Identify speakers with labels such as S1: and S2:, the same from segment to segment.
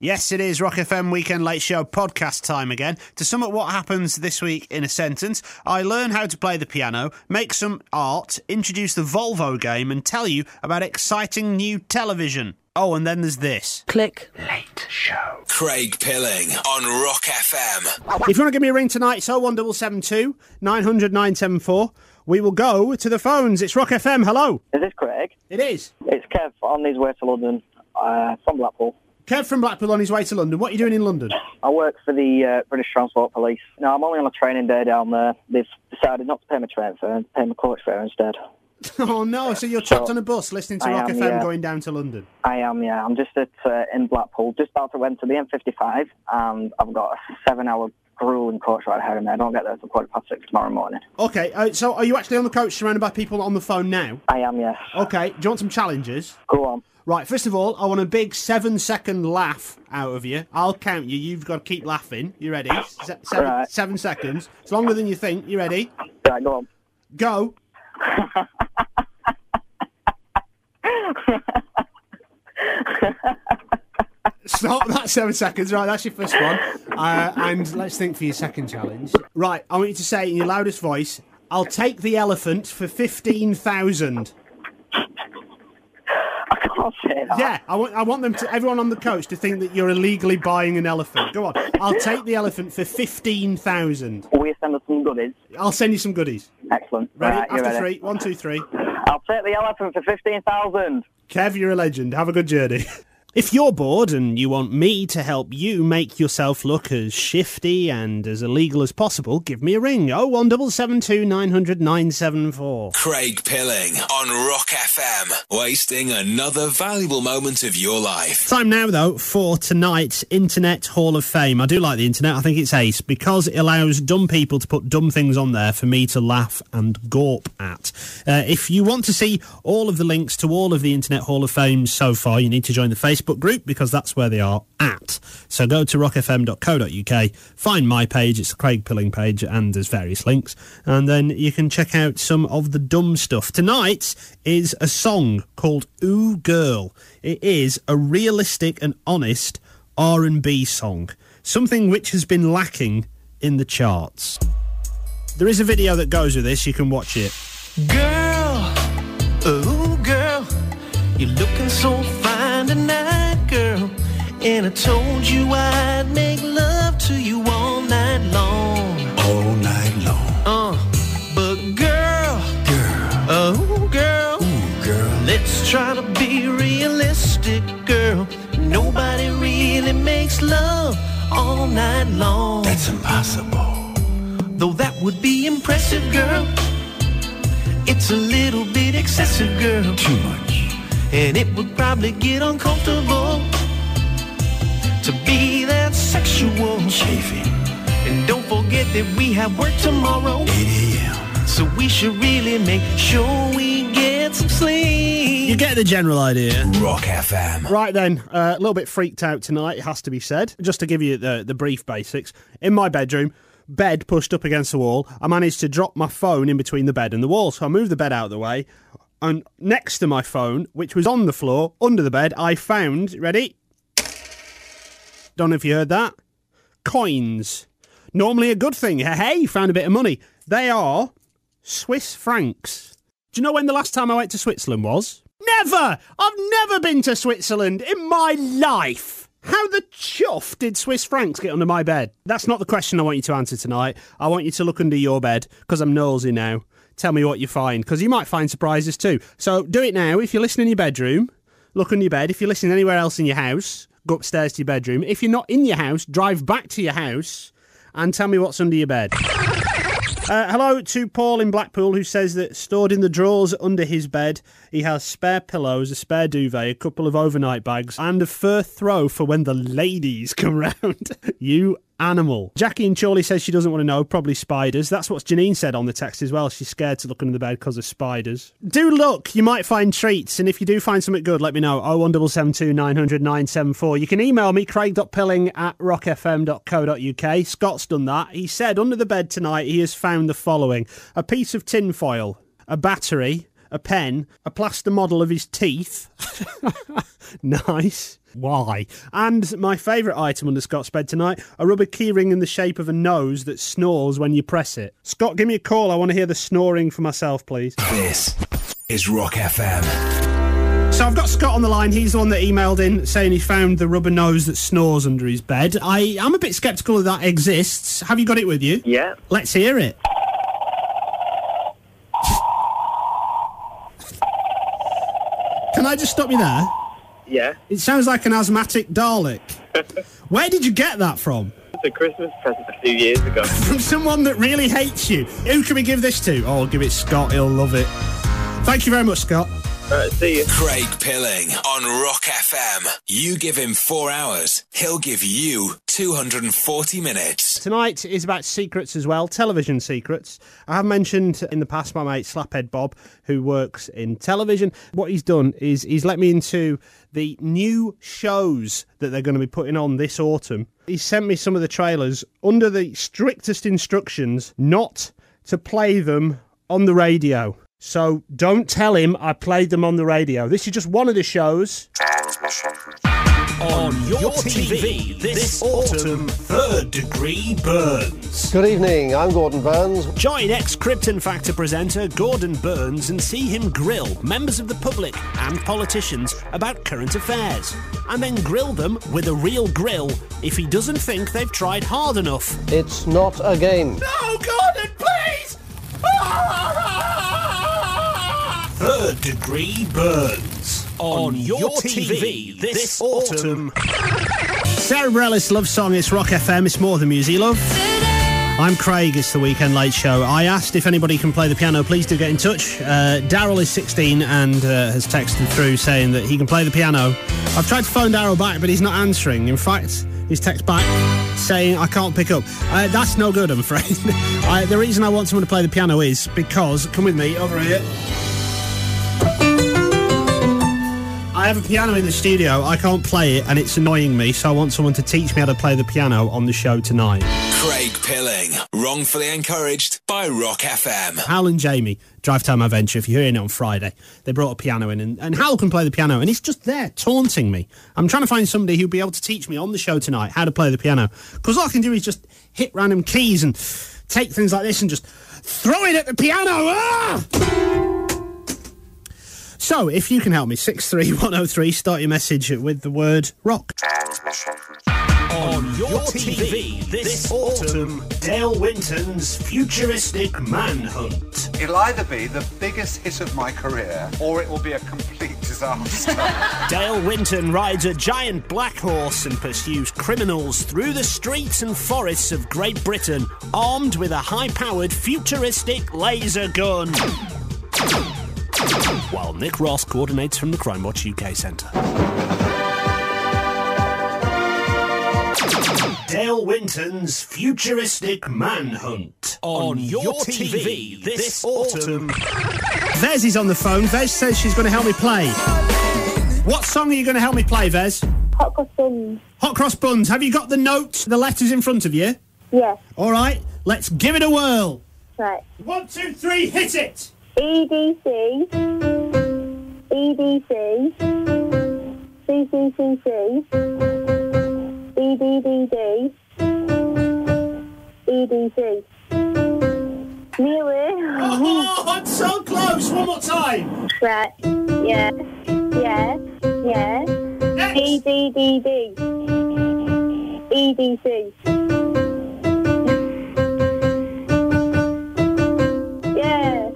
S1: Yes, it is Rock FM Weekend Late Show podcast time again. To sum up what happens this week in a sentence, I learn how to play the piano, make some art, introduce the Volvo game, and tell you about exciting new television. Oh, and then there's this.
S2: Click.
S3: Late Show. Craig Pilling on Rock FM.
S1: If you want to give me a ring tonight, it's 01772 900 974. We will go to the phones. It's Rock FM. Hello.
S4: Is this Craig?
S1: It is.
S4: It's Kev on his way to London uh, from Blackpool.
S1: Kev from Blackpool on his way to London. What are you doing in London?
S4: I work for the uh, British Transport Police. No, I'm only on a training day down there. They've decided not to pay my train fare and pay my coach fare instead.
S1: oh no! So you're trapped on a bus listening to
S4: I
S1: Rock
S4: am,
S1: FM
S4: yeah.
S1: going down to London.
S4: I am, yeah. I'm just at uh, in Blackpool, just about to went to the M55, and I've got a seven-hour grueling coach ride ahead of me. I don't get there till quarter past six tomorrow morning.
S1: Okay. Uh, so are you actually on the coach surrounded by people on the phone now?
S4: I am, yes.
S1: Okay. Do you want some challenges?
S4: Go on.
S1: Right. First of all, I want a big seven-second laugh out of you. I'll count you. You've got to keep laughing. You ready? Se- seven,
S4: Right.
S1: seven seconds. It's longer than you think. You ready?
S4: Right, go on.
S1: Go. Stop that seven seconds. Right, that's your first one. Uh, and let's think for your second challenge. Right, I want you to say in your loudest voice, I'll take the elephant for 15,000.
S4: I can't say that.
S1: Yeah, I want, I want them to, everyone on the coach to think that you're illegally buying an elephant. Go on. I'll take the elephant for 15,000.
S4: Will you send us some goodies?
S1: I'll send you some goodies.
S4: Excellent.
S1: Ready?
S4: Right, you
S1: After
S4: ready?
S1: three. One, two, three.
S4: I'll take the elephant for 15,000.
S1: Kev, you're a legend. Have a good journey. If you're bored and you want me to help you make yourself look as shifty and as illegal as possible, give me a ring. Oh, 01772 900 974.
S3: Craig Pilling on Rock FM. Wasting another valuable moment of your life.
S1: Time now, though, for tonight's Internet Hall of Fame. I do like the internet. I think it's ace because it allows dumb people to put dumb things on there for me to laugh and gawp at. Uh, if you want to see all of the links to all of the Internet Hall of Fame so far, you need to join the Facebook group because that's where they are at. So go to rockfm.co.uk, find my page, it's the Craig Pilling page, and there's various links. And then you can check out some of the dumb stuff. Tonight's is a song called Ooh Girl. It is a realistic and honest R&B song, something which has been lacking in the charts. There is a video that goes with this, you can watch it.
S5: Girl, oh girl, you're looking so fine tonight, girl. And I told you I'd make love to you all night long.
S3: All night long.
S5: Uh, but girl,
S3: Girl,
S5: oh girl,
S3: girl.
S5: let's try to be realistic, girl. Nobody really makes love all night long.
S3: impossible.
S5: Though that would be impressive, girl. It's a little bit excessive, girl.
S3: Too much.
S5: And it would probably get uncomfortable to be that sexual.
S3: Chafing.
S5: And don't forget that we have work tomorrow,
S3: 8 a.m.
S5: so we should really make sure we get some
S1: You
S5: sleep.
S1: get the general idea.
S3: Rock FM.
S1: Right then, uh, a little bit freaked out tonight, it has to be said. Just to give you the, the brief basics, in my bedroom, bed pushed up against the wall, I managed to drop my phone in between the bed and the wall. So I moved the bed out of the way, and next to my phone, which was on the floor under the bed, I found, ready? Don't know if you heard that. Coins. Normally a good thing. Hey, found a bit of money. They are Swiss francs. Do you know when the last time I went to Switzerland was? Never! I've never been to Switzerland in my life! How the chuff did Swiss francs get under my bed? That's not the question I want you to answer tonight. I want you to look under your bed, because I'm nosy now. Tell me what you find, because you might find surprises too. So do it now. If you're listening in your bedroom, look under your bed. If you're listening anywhere else in your house, go upstairs to your bedroom. If you're not in your house, drive back to your house and tell me what's under your bed. Uh, hello to Paul in Blackpool, who says that stored in the drawers under his bed, he has spare pillows, a spare duvet, a couple of overnight bags, and a fur throw for when the ladies come round. you animal. Jackie in Chorley says she doesn't want to know, probably spiders. That's what Janine said on the text as well. She's scared to look under the bed because of spiders. Do look, you might find treats, and if you do find something good, let me know. 01772 900 974. You can email me, craig.pilling at rockfm.co.uk. Scott's done that. He said under the bed tonight he has found the following a piece of tin foil, a battery, a pen, a plaster model of his teeth. nice. Why? And my favourite item under Scott's bed tonight a rubber keyring in the shape of a nose that snores when you press it. Scott, give me a call. I want to hear the snoring for myself, please.
S3: This is Rock FM.
S1: So I've got Scott on the line. He's the one that emailed in saying he found the rubber nose that snores under his bed. I, I'm a bit sceptical that that exists. Have you got it with you?
S2: Yeah.
S1: Let's hear it. Can I just stop you there?
S2: Yeah.
S1: It sounds like an asthmatic Dalek. Where did you get that from?
S2: It's a Christmas present a few years ago.
S1: From someone that really hates you. Who can we give this to? Oh, I'll give it Scott. He'll love it. Thank you very much, Scott.
S2: Alright, see you.
S3: Craig Pilling on Rock FM. You give him four hours, he'll give you 240 minutes.
S1: Tonight is about secrets as well, television secrets. I have mentioned in the past my mate Slaphead Bob, who works in television. What he's done is he's let me into the new shows that they're going to be putting on this autumn. He sent me some of the trailers under the strictest instructions not to play them on the radio. So don't tell him I played them on the radio. This is just one of the shows.
S6: Your TV this autumn, Third Degree Burns.
S7: Good evening, I'm Gordon Burns.
S6: Join ex Krypton Factor presenter Gordon Burns and see him grill members of the public and politicians about current affairs. And then grill them with a real grill if he doesn't think they've tried hard enough.
S7: It's not a game.
S6: No, Gordon, please! Third Degree Burns. On, your, TV this autumn.
S1: Sarah Bareilles' love song. It's Rock FM. It's more than music, love. I'm Craig. It's the Weekend Late Show. I asked if anybody can play the piano. Please do get in touch. Uh, Daryl is 16 and uh, has texted through saying that he can play the piano. I've tried to phone Daryl back, but he's not answering. In fact, he's text back saying I can't pick up. Uh, that's no good, I'm afraid. I, the reason I want someone to play the piano is because, come with me over here. I have a piano in the studio. I can't play it, and it's annoying me. So I want someone to teach me how to play the piano on the show tonight.
S3: Craig Pilling, wrongfully encouraged by Rock FM.
S1: Hal and Jamie, Drive Time Adventure, if you're hearing it on Friday, they brought a piano in, and, and Hal can play the piano, and it's just there taunting me. I'm trying to find somebody who'd be able to teach me on the show tonight how to play the piano, because all I can do is just hit random keys and take things like this and just throw it at the piano. Ah! So, if you can help me, 63103, start your message with the word rock.
S6: On your TV this autumn, Dale Winton's futuristic manhunt.
S8: It'll either be the biggest hit of my career or it will be a complete disaster.
S6: Dale Winton rides a giant black horse and pursues criminals through the streets and forests of Great Britain, armed with a high powered futuristic laser gun. While Nick Ross coordinates from the Crime Watch UK Centre. Dale Winton's futuristic manhunt on, your, TV, this autumn.
S1: Vez is on the phone. Vez says she's going to help me play. What song are you going to help me play, Vez?
S9: Hot cross buns.
S1: Hot Cross Buns. Have you got the notes, the letters in front of you?
S9: Yes,
S1: All right, let's give it a whirl.
S9: right.
S1: One, two, three, hit it.
S9: E EDC. E EDC. CCCC. E EDDD. E EDC. Nearly.
S1: Oh, I'm so close. One more time.
S9: Right. Yeah. Yeah. Yeah. E
S1: Next.
S9: EDDD. E EDC. Yeah.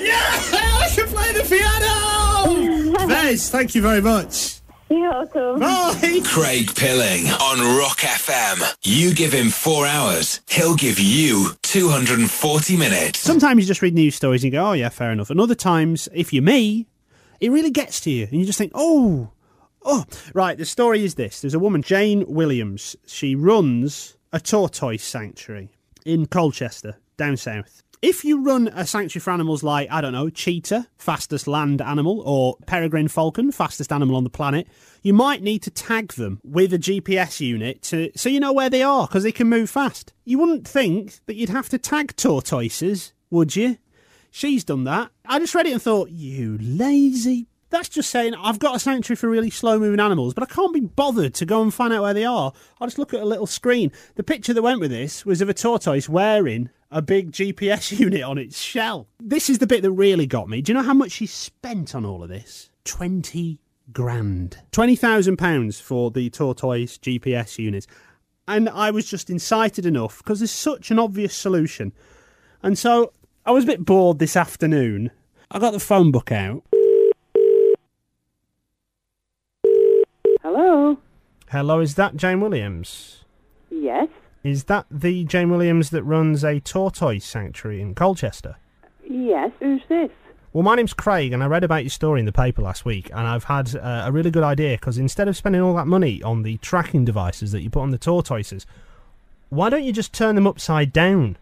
S1: Yeah, I can play the piano. Vez, thank you very much.
S9: You're welcome.
S1: Bye.
S3: Craig Pilling on Rock FM. You give him four hours, he'll give you 240 minutes.
S1: Sometimes you just read news stories and you go, oh, yeah, fair enough. And other times, if you're me, it really gets to you. And you just think, oh, oh. Right, the story is this there's a woman, Jane Williams. She runs a tortoise sanctuary in Colchester, down south. If you run a sanctuary for animals like, I don't know, cheetah, fastest land animal, or peregrine falcon, fastest animal on the planet, you might need to tag them with a GPS unit to, so you know where they are because they can move fast. You wouldn't think that you'd have to tag tortoises, would you? She's done that. I just read it and thought, you lazy. That's just saying I've got a sanctuary for really slow moving animals, but I can't be bothered to go and find out where they are. I'll just look at a little screen. The picture that went with this was of a tortoise wearing a big GPS unit on its shell. This is the bit that really got me. Do you know how much she spent on all of this? 20 grand. £20,000 for the tortoise GPS unit. And I was just incited enough because there's such an obvious solution. And so I was a bit bored this afternoon. I got the phone book out.
S10: Hello?
S1: Hello, is that Jane Williams?
S10: Yes?
S1: Is that the Jane Williams that runs a tortoise sanctuary in Colchester?
S10: Yes? Who's this?
S1: Well, my name's Craig, and I read about your story in the paper last week, and I've had uh, a really good idea because instead of spending all that money on the tracking devices that you put on the tortoises, why don't you just turn them upside down?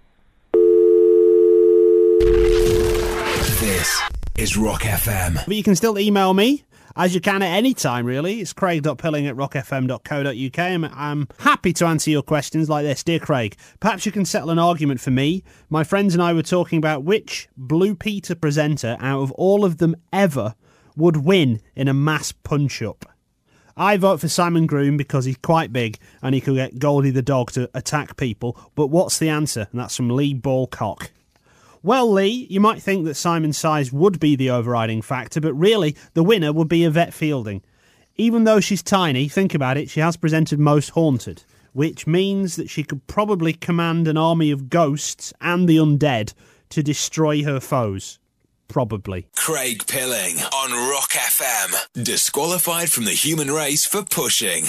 S3: This is Rock FM.
S1: But you can still email me as you can at any time, really. It's craig.pilling at rockfm.co.uk. I'm, I'm happy to answer your questions like this. Dear Craig, perhaps you can settle an argument for me. My friends and I were talking about which Blue Peter presenter out of all of them ever would win in a mass punch up. I vote for Simon Groom because he's quite big and he could get Goldie the dog to attack people. But what's the answer? And that's from Lee Ballcock. Well, Lee, you might think that Simon's size would be the overriding factor, but really, the winner would be Yvette Fielding. Even though she's tiny, think about it, she has presented Most Haunted, which means that she could probably command an army of ghosts and the undead to destroy her foes. Probably.
S3: Craig Pilling on Rock FM. Disqualified from the human race for pushing.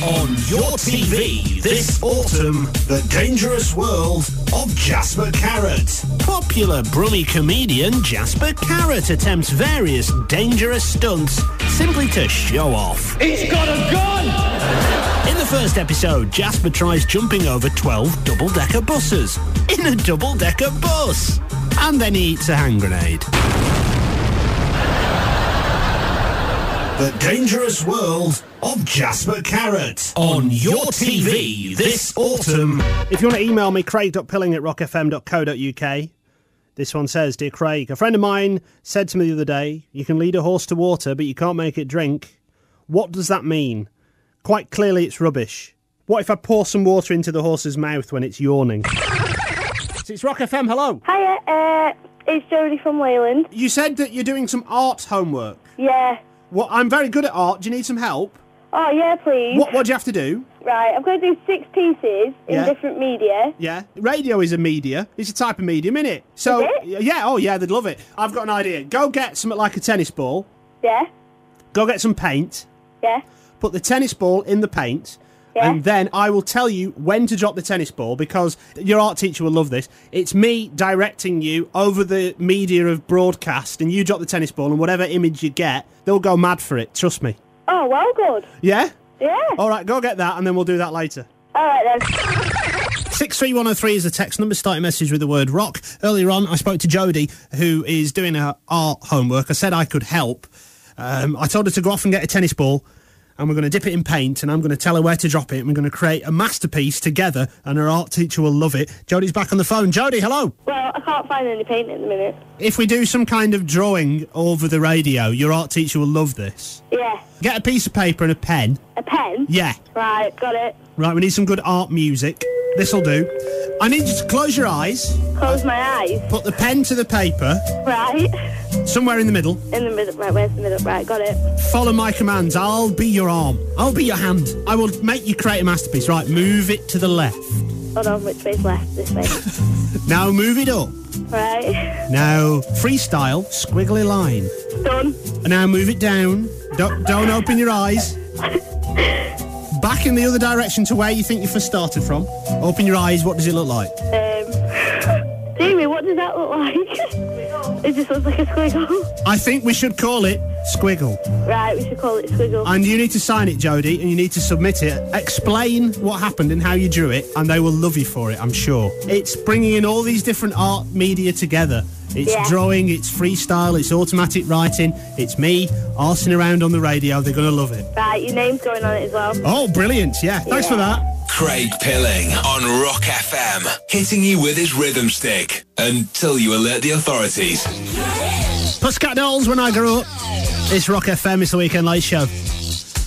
S6: On your TV this autumn, the dangerous world of Jasper Carrot. Popular Brummy comedian Jasper Carrot attempts various dangerous stunts simply to show off.
S5: He's got a gun!
S6: In the first episode, Jasper tries jumping over 12 double-decker buses in a double-decker bus. And then he eats a hand grenade. The Dangerous World of Jasper Carrot. On your TV this autumn.
S1: If you want to email me, craig.pilling at rockfm.co.uk. This one says, Dear Craig, a friend of mine said to me the other day, You can lead a horse to water, but you can't make it drink. What does that mean? Quite clearly, it's rubbish. What if I pour some water into the horse's mouth when it's yawning? So it's Rock FM, hello.
S9: Hiya, uh, it's Jodie from Wayland.
S1: You said that you're doing some art homework.
S9: Yeah.
S1: Well, I'm very good at art. Do you need some help?
S9: Oh, yeah, please.
S1: What, what do you have to do?
S9: Right, I'm going to do six pieces in
S1: Yeah.
S9: different media.
S1: Yeah, radio is a media. It's a type of medium, isn't it? So
S9: Is
S1: yeah, oh yeah, they'd love it. I've got an idea. Go get something like a tennis ball.
S9: Yeah,
S1: Go get some paint.
S9: yeah,
S1: Put the tennis ball in the paint.
S9: Yeah.
S1: And then I will tell you when to drop the tennis ball because your art teacher will love this. It's me directing you over the media of broadcast, and you drop the tennis ball, and whatever image you get, they'll go mad for it. Trust me.
S9: Oh, well, good.
S1: Yeah?
S9: Yeah.
S1: All right, go get that, and then we'll do that later.
S9: All right, then.
S1: 63103 is the text number. Start your message with the word rock. Earlier on, I spoke to Jodie, who is doing her art homework. I said I could help. Um, I told her to go off and get a tennis ball, and we're going to dip it in paint, and I'm going to tell her where to drop it, and we're going to create a masterpiece together, and her art teacher will love it. Jodie's back on the phone. Jodie, hello.
S9: Well, I can't find any paint at the minute.
S1: If we do some kind of drawing over the radio, your art teacher will love this.
S9: Yeah.
S1: Get a piece of paper and a pen.
S9: A pen?
S1: Yeah.
S9: Right, got it.
S1: Right, we need some good art music. This'll do. I need you to close your eyes.
S9: Close my eyes.
S1: Put the pen to the paper,
S9: Right.
S1: somewhere in the middle.
S9: In the middle. Right, where's the middle? Right, got it.
S1: Follow my commands. I'll be your arm. I'll be your hand. I will make you create a masterpiece. Right, move it to the left.
S9: Hold on, which way's left? This way.
S1: Now move it up.
S9: right.
S1: Now freestyle, squiggly line.
S9: Done.
S1: And now move it down. Don't, don't open your eyes. Back in the other direction to where you think you first started from. Open your eyes. What does it look like?
S9: Um, Jamie, what does that look like? it just looks like a squiggle.
S1: I think we should call it Squiggle.
S9: Right, we should call it Squiggle.
S1: And you need to sign it, Jodie, and you need to submit it. Explain what happened and how you drew it, and they will love you for it, I'm sure. It's bringing in all these different art media together. It's
S9: Yeah.
S1: drawing, it's freestyle, it's automatic writing, it's me arsing around on the radio. They're going to love it.
S9: Right, your name's going on it as well.
S1: Oh, brilliant. Yeah, thanks for that.
S3: Craig Pilling on Rock FM, hitting you with his rhythm stick until you alert the authorities.
S1: Pussycat Dolls when I grew up. It's Rock FM, it's the Weekend Late Show.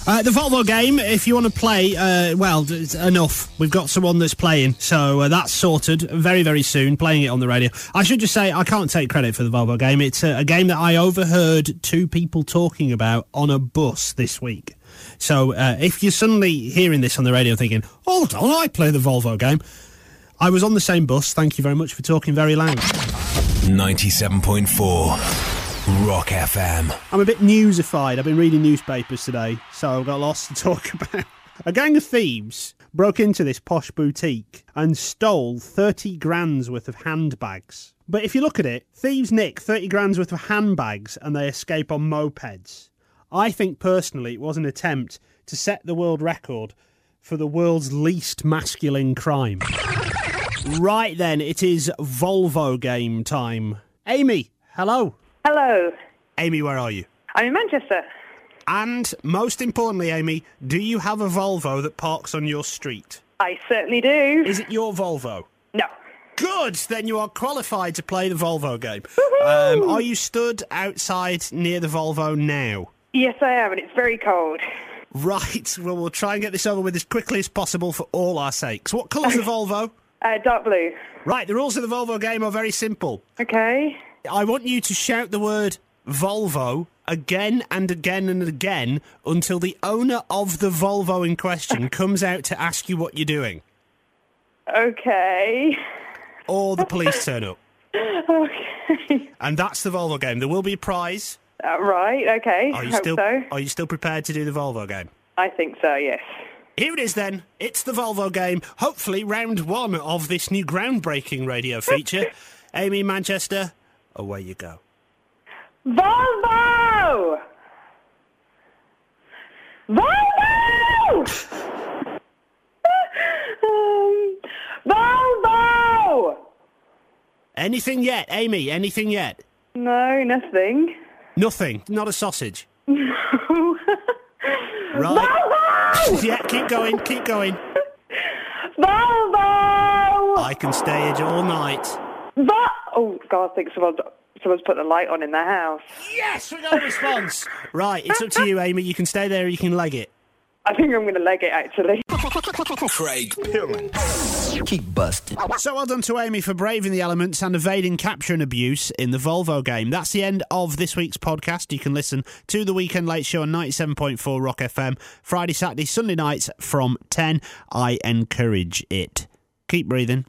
S1: Uh, the Volvo game, if you want to play, uh, well, d- it's enough. We've got someone that's playing, so uh, that's sorted very, very soon, playing it on the radio. I should just say, I can't take credit for the Volvo game. It's a, a game that I overheard two people talking about on a bus this week. So uh, if you're suddenly hearing this on the radio thinking, hold on, I play the Volvo game, I was on the same bus. Thank you very much for talking very loud.
S3: 97.4 Rock FM.
S1: I'm a bit newsified. I've been reading newspapers today, so I've got lots to talk about. A gang of thieves broke into this posh boutique and stole 30 grand's worth of handbags. But if you look at it, thieves nick 30 grand's worth of handbags and they escape on mopeds. I think personally it was an attempt to set the world record for the world's least masculine crime. Right then, it is Volvo game time. Amy, hello.
S11: Hello.
S1: Amy, where are you?
S11: I'm in Manchester.
S1: And most importantly, Amy, do you have a Volvo that parks on your street?
S11: I certainly do.
S1: Is it your Volvo?
S11: No.
S1: Good, then you are qualified to play the Volvo game. Um, are you stood outside near the Volvo now?
S11: Yes, I am, and it's very cold.
S1: Right, well, we'll try and get this over with as quickly as possible for all our sakes. What colour's the Volvo?
S11: Uh, dark blue.
S1: Right, the rules of the Volvo game are very simple.
S11: Okay.
S1: I want you to shout the word Volvo again and again and again until the owner of the Volvo in question comes out to ask you what you're doing.
S11: Okay.
S1: Or the police turn up.
S11: Okay.
S1: And that's the Volvo game. There will be a prize.
S11: Uh, right. Okay.
S1: Are you
S11: Hope
S1: still
S11: so.
S1: are you still prepared to do the Volvo game?
S11: I think so. Yes.
S1: Here it is then. It's the Volvo game. Hopefully round 1 of this new groundbreaking radio feature. Amy Manchester, away you go.
S11: Volvo. Volvo. um, Volvo.
S1: Anything yet, Amy? Anything yet?
S11: No, nothing.
S1: Nothing. Not a sausage. right.
S11: Volvo.
S1: yeah, keep going, keep going.
S11: Volvo.
S1: I can stay here all night.
S11: But oh god, I think someone someone's put a light on in their house.
S1: Yes, we got a response. right, it's up to you, Amy. You can stay there or you can leg it.
S11: I think I'm going to leg it actually.
S3: Craig
S5: Keep busting.
S1: So well done to Amy for braving the elements and evading capture and abuse in the Volvo game. That's the end of this week's podcast. You can listen to the Weekend Late Show on 97.4 Rock FM, Friday, Saturday, Sunday nights from 10. I encourage it. Keep breathing.